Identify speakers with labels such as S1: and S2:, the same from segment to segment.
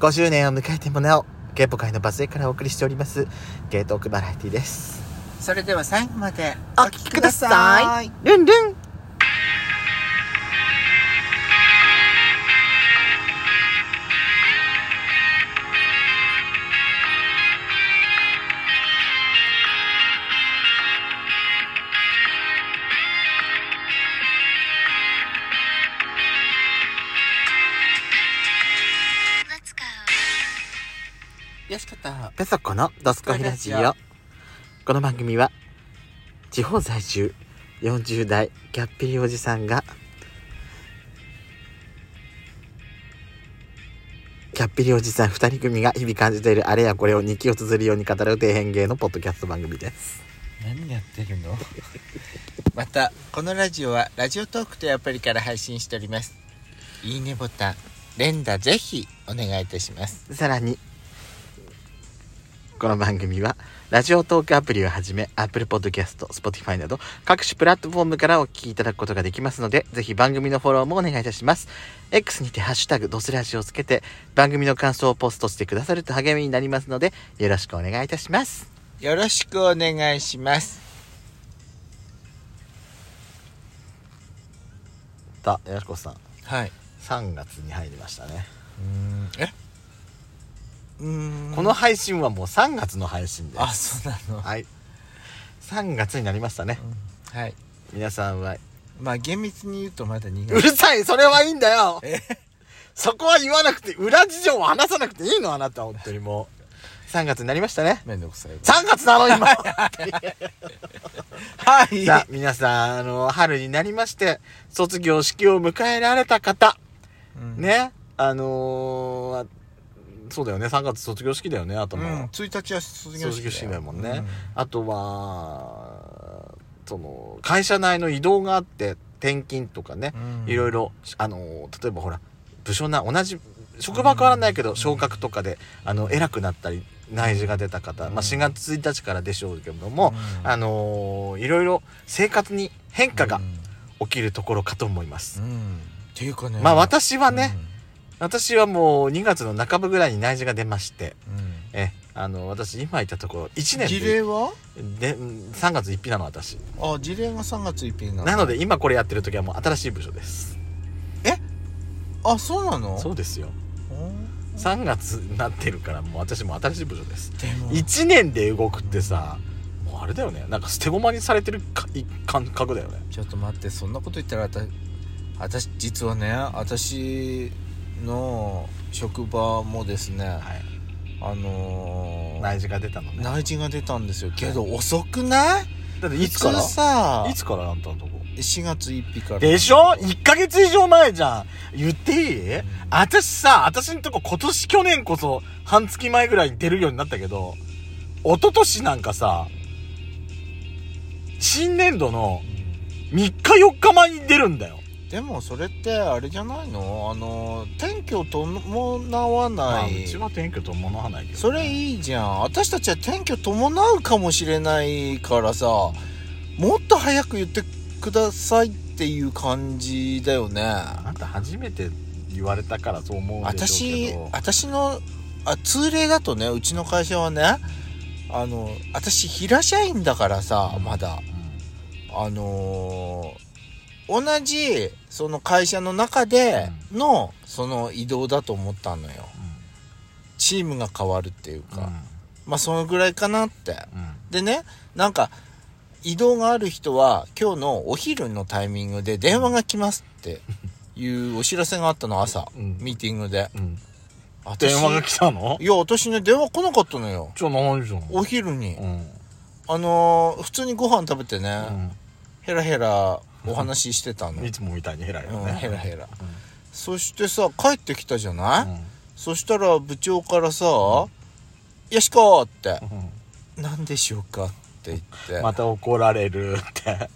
S1: 5周年を迎えてもなお、ゲーポ会のバズエからお送りしております、ゲートークバラエティです。
S2: それでは最後まで
S1: お聞きください。ルンルン
S2: よしかった
S1: ペソコのドスコイラジオ。この番組は、地方在住40代ギャッピリおじさんが、ギャッピリおじさん2人組が日々感じているあれやこれを日記を綴るように語る底辺芸のポッドキャスト番組です。
S2: 何やってるの またこのラジオはラジオトークというアプリから配信しておりますいいねボタン連打ぜひお願いいたします
S1: さらに、この番組は、ラジオトークアプリをはじめ、Apple Podcast、Spotify など、各種プラットフォームからお聞きいただくことができますので、ぜひ番組のフォローもお願いいたします。X にて、ハッシュタグ、ドスラジをつけて、番組の感想をポストしてくださると励みになりますので、よろしくお願いいたします。
S2: よろしくお願いします
S1: さあ、よしこさん、
S2: はい
S1: 3月に入りましたね。
S2: えうーん
S1: この配信はもう3月の配信です。
S2: あそうなの
S1: はい。3月になりましたね。
S2: はい
S1: 皆さんは
S2: まあ厳密に言うとまだ2
S1: う
S2: 月
S1: るさいそれはいいんだよ
S2: え
S1: そこは言わなくて、裏事情を話さなくていいのあなた、本当にもう。3月になりましたね。
S2: めんどくさいわ
S1: 3月なの今
S2: はい
S1: さあ、皆さん、あの、春になりまして、卒業式を迎えられた方、
S2: うん
S1: ね、あのーあそうだよね、3月卒業式だよね、あと
S2: う
S1: もう。
S2: ん1日は卒業
S1: 卒
S2: 式
S1: 業式だもんね、
S2: う
S1: あとはその会社内の移動があって転勤とかね、
S2: うん
S1: いろいろあの例えばほら部署な同じ職場は変わらないけど、昇格とかであの偉くなったり内示が出た方、まあ、4月1日からでしょうけども、
S2: うん
S1: あのいろいろ生活に変化が起きるところかと思いま
S2: う
S1: す、
S2: ん、うんっていうかね
S1: まあ私はね、
S2: うん
S1: 私はもう2月の半ばぐらいに内示が出まして
S2: うん
S1: えあの私今いたところ1年
S2: 事
S1: で
S2: 例は
S1: でうん3月1日なの私
S2: あ事例が3月1日なの
S1: なので今これやってる時はもう新しい部署です
S2: あそうなの
S1: そうですよ
S2: うん
S1: 3月になってるからもう私も新しい部署です
S2: でも
S1: 1年で動くってさもうあれだよねなんか捨て駒にされてるかい感覚だよね
S2: ちょっと待ってそんなこと言ったら私私実はね私の職場もですね、
S1: はい
S2: あのー、
S1: 内示が出たのね
S2: 内示が出たんですよけど遅くない
S1: だっていつから
S2: 普通さ
S1: いつからあんたのとこ
S2: 4月1日から
S1: でしょ ?1 ヶ月以上前じゃん言っていい、
S2: うん
S1: 私さ、私んとこ今年去年こそ半月前ぐらいに出るようになったけど、一昨年なんかさ、新年度の
S2: う
S1: 3日4日前に出るんだよ。
S2: んでもそれってあれじゃないのあの転居伴わ
S1: ま
S2: な
S1: あ
S2: いう
S1: ちは転居と思わないけどね、
S2: それいいじゃん私たちは転居伴うかもしれないからさもっと早く言ってくださいっていう感じだよね
S1: あなた初めて言われたからそう思うんでしょう
S2: 私
S1: けど。
S2: 私のあ通例だとねうちの会社はねあの私平社員だからさまだあのー同じその会社の中でのその移動だと思ったのよチームが変わるっていう
S1: うん。うん
S2: か、まあそのぐらいかなって
S1: うん。うん
S2: でねなんか移動がある人は今日のお昼のタイミングで電話が来ますっていうお知らせがあったの朝、
S1: うん
S2: ミーティングで
S1: うん。
S2: 私
S1: 電話が来たの
S2: いや私ね電話来なかったのよ
S1: ちょ、何じゃん。
S2: お昼に、
S1: うん。
S2: あのー普通にご飯食べてね、
S1: う
S2: ヘラヘラお話しして たの、
S1: ん。いつもみたいにヘラヘラね。
S2: うんヘラヘラそしてさ帰ってきたじゃない、
S1: うん
S2: そしたら部長からさ「よしこ!」って
S1: う
S2: 「何でしょうか?」って言って
S1: んまた怒られるって。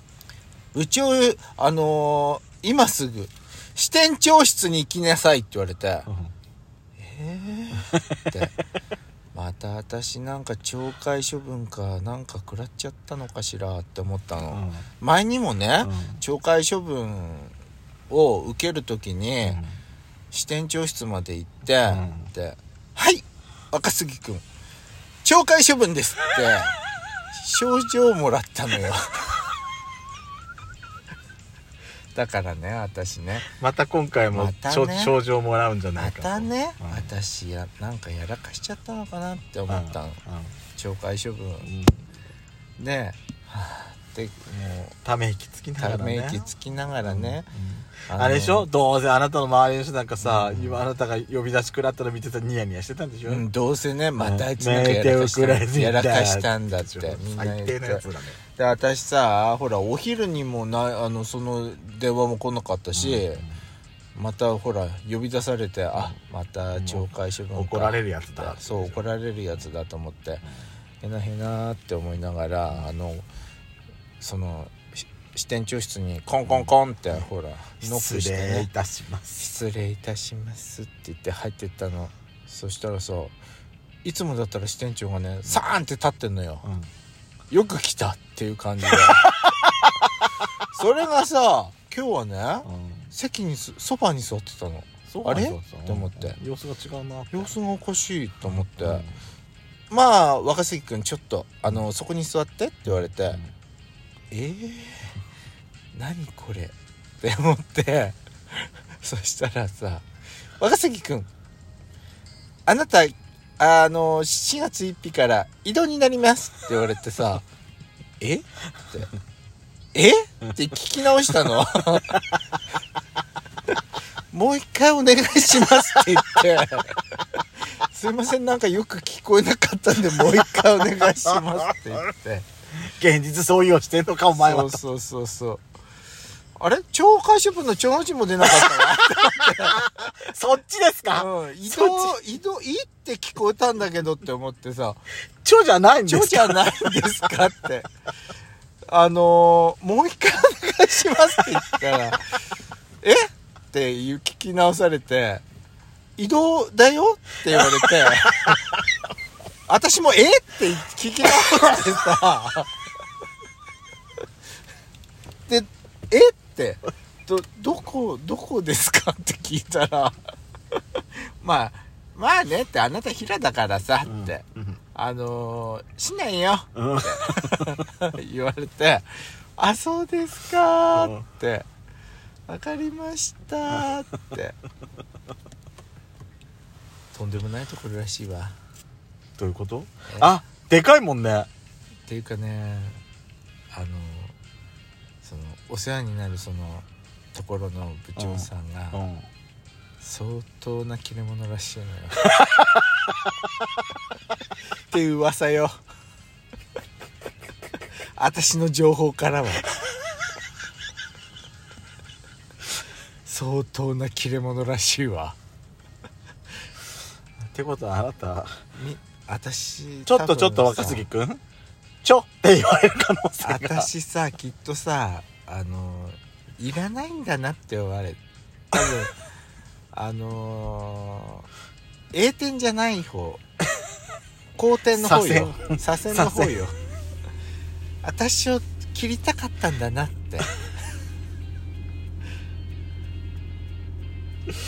S2: 部長、あのー今すぐ、支店長室に行きなさいって言われて、えーって、また私なんか懲戒処分か、なんか食らっちゃったのかしらって思った
S1: う
S2: の。
S1: ん
S2: 前にもね、
S1: うん
S2: 懲戒処分を受けるときに、支店長室まで行って、
S1: うん
S2: で若杉くん、懲戒処分ですって、症状をもらったのよ。 だからね、私ね。
S1: また今回も
S2: またね
S1: 賞、賞状もらうんじゃな
S2: ま
S1: いかと
S2: たね、
S1: うん
S2: 私や、なんかやらかしちゃったのかなって思ったの。
S1: う
S2: 懲戒処分。
S1: んうん
S2: ねえ。で、もう、
S1: ため息つきなが
S2: た
S1: ら
S2: め
S1: ね
S2: 息つきながらね。
S1: うん
S2: の
S1: あれでしょどうせあなたの周りの人なんかさ、
S2: うん
S1: 今あなたが呼び出し食らったの見てたらニヤニヤしてたんでしょ、
S2: うん、どうせね、またあいつなんか
S1: メ
S2: や
S1: ーテ
S2: ら
S1: を
S2: かし
S1: 食らいつい
S2: た
S1: て
S2: やらかしたんだって
S1: 最、
S2: みんな言って
S1: 低なやつだね
S2: で私さほらお昼にもないあのその電話も来なかったし、またほら呼び出されてあまた懲戒処分か
S1: 怒られるやつだ
S2: そう怒られるやつだと思ってへなへなーって思いながらあのそのし支店長室にコンコンコンってほらノックして
S1: 失礼い
S2: ね
S1: たします
S2: 失礼いたしますって言って入ってったのそしたらさいつもだったら支店長がねサーンって立ってんのよ、
S1: うん
S2: よく来たっていう感じでそれがさ今日はね席にすソファに座ってたの
S1: そう
S2: あれ
S1: そうそう
S2: と思って
S1: 様子が違うなって
S2: 様子がおかしいと思って、
S1: うん
S2: まあ若杉君ちょっとあのそこに座ってって言われて、えー、何これ って思って そしたらさ若杉君あなたあの4月1日から異動になりますって言われてさ えってえって聞き直したの もう一回お願いしますって言ってすいませんなんかよく聞こえなかったんでもう一回お願いしますって言 って
S1: 現実そういうをしてんのかお前は
S2: そうそうそうそうあれ懲戒処分の懲の字も出なかっ
S1: そっちです
S2: た
S1: か
S2: わ、 うん、移動移動いいって聞こえたんだけどって思ってさ
S1: 蝶じゃないん
S2: 「
S1: です
S2: ちょ
S1: か
S2: じゃないんですか?」ってあのーもう一回お願いします」って言ったら 「えっ?」ていう聞き直されて「移動だよ?」って 言われて私も「えっ?」って聞き直してさで「えっ?」てどどこどこですかって聞いたらまあまあねってあなた平だからさ
S1: うん
S2: って、
S1: うん
S2: あのー、しないよ
S1: うん
S2: 言われて、あ、そうですかーって、わかりましたーって。とんでもないところらしいわ。っ
S1: どういうことあでかいもんね
S2: ていうかね、あのー、その、お世話になるその、ところの部長さんが、
S1: うん
S2: 相当な切れ者らしいのよ。っていう噂よ。私の情報からは。相当な切れ者らしいわ。
S1: ってことはあなた
S2: み私、
S1: ちょっとちょっと
S2: 多分さ
S1: 若杉くんちょって言われる可能性が
S2: 私さ、きっとさ、あの、いらないんだなって言われ。多 分、あのー、A 点じゃない方。後点の方よ。左遷の方よ。私を切りたかったんだなって。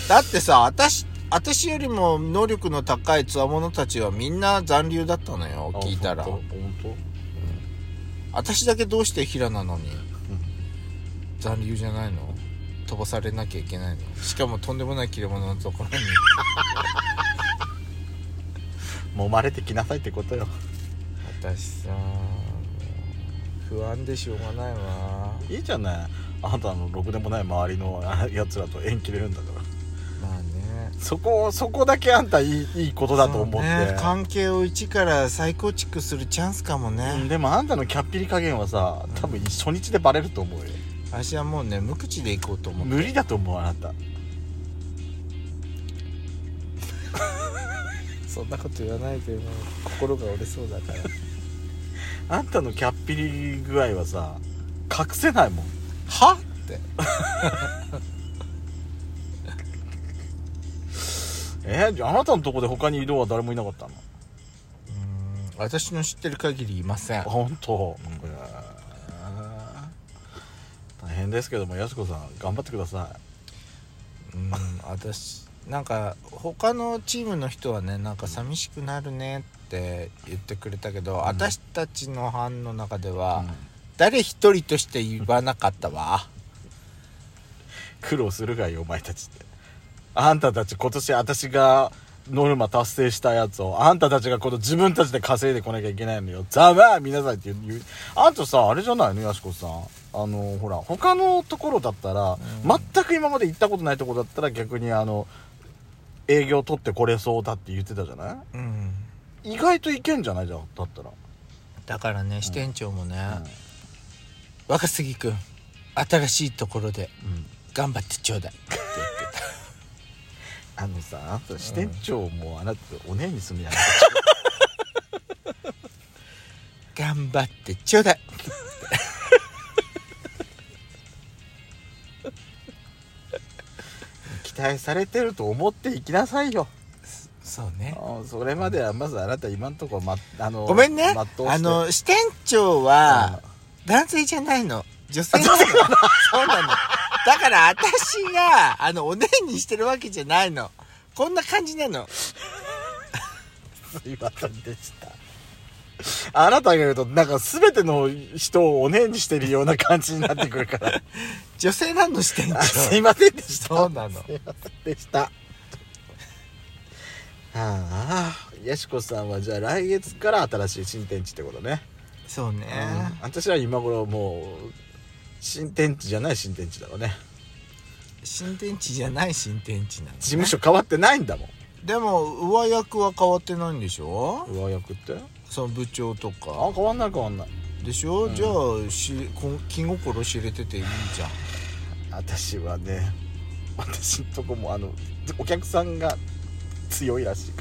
S2: だってさ、私、私よりも能力の高い強者たちはみんな残留だったのよ、聞いたら。
S1: 本当
S2: 私だけどうして平なのに残留じゃないの飛ばされなきゃいけないのしかもとんでもない切れ者のところに
S1: 揉まれてきなさいってことよ
S2: 私さ不安でしょうがないわ
S1: いいじゃないあなたのろくでもない周りのあやつらと縁切れるんだから
S2: まあね
S1: そこそこだけあんたいいいいことだと思って、
S2: そうね関係を一から再構築するチャンスかもね、
S1: うんでもあんたのキャッピリ加減はさ多分初日でバレると思うよ
S2: 私はもうね無口で行こうと思って
S1: 無理だと思うあなた
S2: そんなこと言わないでもう心が折れそうだから
S1: あんたのキャッピリ具合はさ隠せないもん
S2: はって
S1: えーじゃああなたのとこで他に移動は誰もいなかったの
S2: うん私の知ってる限りいません
S1: あ本当、これ大変ですけどもやすこさん頑張ってくださ
S2: うん私なんか他のチームの人はねなんか寂しくなるねって言ってくれたけど、私たちの班の中では、誰一人として言わなかったわ
S1: 苦労するがいお前たちってあんたたち今年私がノルマ達成したやつをあんたたちがこの自分たちで稼いでこなきゃいけないのよざまあ見なさいって言う言うあとさあれじゃないのやしこさんあのほら他のところだったら、
S2: うん
S1: 全く今まで行ったことないところだったら逆にあの営業取ってこれそうだって言ってたじゃな
S2: うん
S1: い意外といけんじゃないじゃんだったら、
S2: だからね支店長もね、若杉君新しいところで
S1: うん
S2: 頑張ってちょうだいって
S1: あのさあと支店長もあなたおねえに住むやん
S2: 言って頑張ってちょうだい
S1: 期待されてると思っていきなさいよ
S2: そうね
S1: あそれまではまずあなた今んとこ、ま、あの
S2: ごめんね
S1: 全うして
S2: あの支店長は男性じゃないの女性なの そうなのだから私があのおねんにしてるわけじゃないのこんな感じなの
S1: すいませんでしたあなたが言うとなんか全ての人をおねえにしてるような感じになってくるから
S2: 女性なの支店
S1: あすい
S2: 長
S1: ませんでした
S2: そうなの
S1: すいませんでしたああやしこさんはじゃあ来月から新しい新天地ってことね、
S2: そうね、
S1: うん私は今頃もう新天地じゃない新天地だろうね
S2: 新天地じゃない新天地なのね
S1: 事務所変わってないんだもん
S2: でも上役は変わってないんでしょ
S1: 上役って
S2: その部長と
S1: あ
S2: か
S1: 変わんない変わんない
S2: でしょ、
S1: うん
S2: じゃあしこ気心知れてていいじゃん
S1: 私はね私のとこもあのお客さんが強いらしいか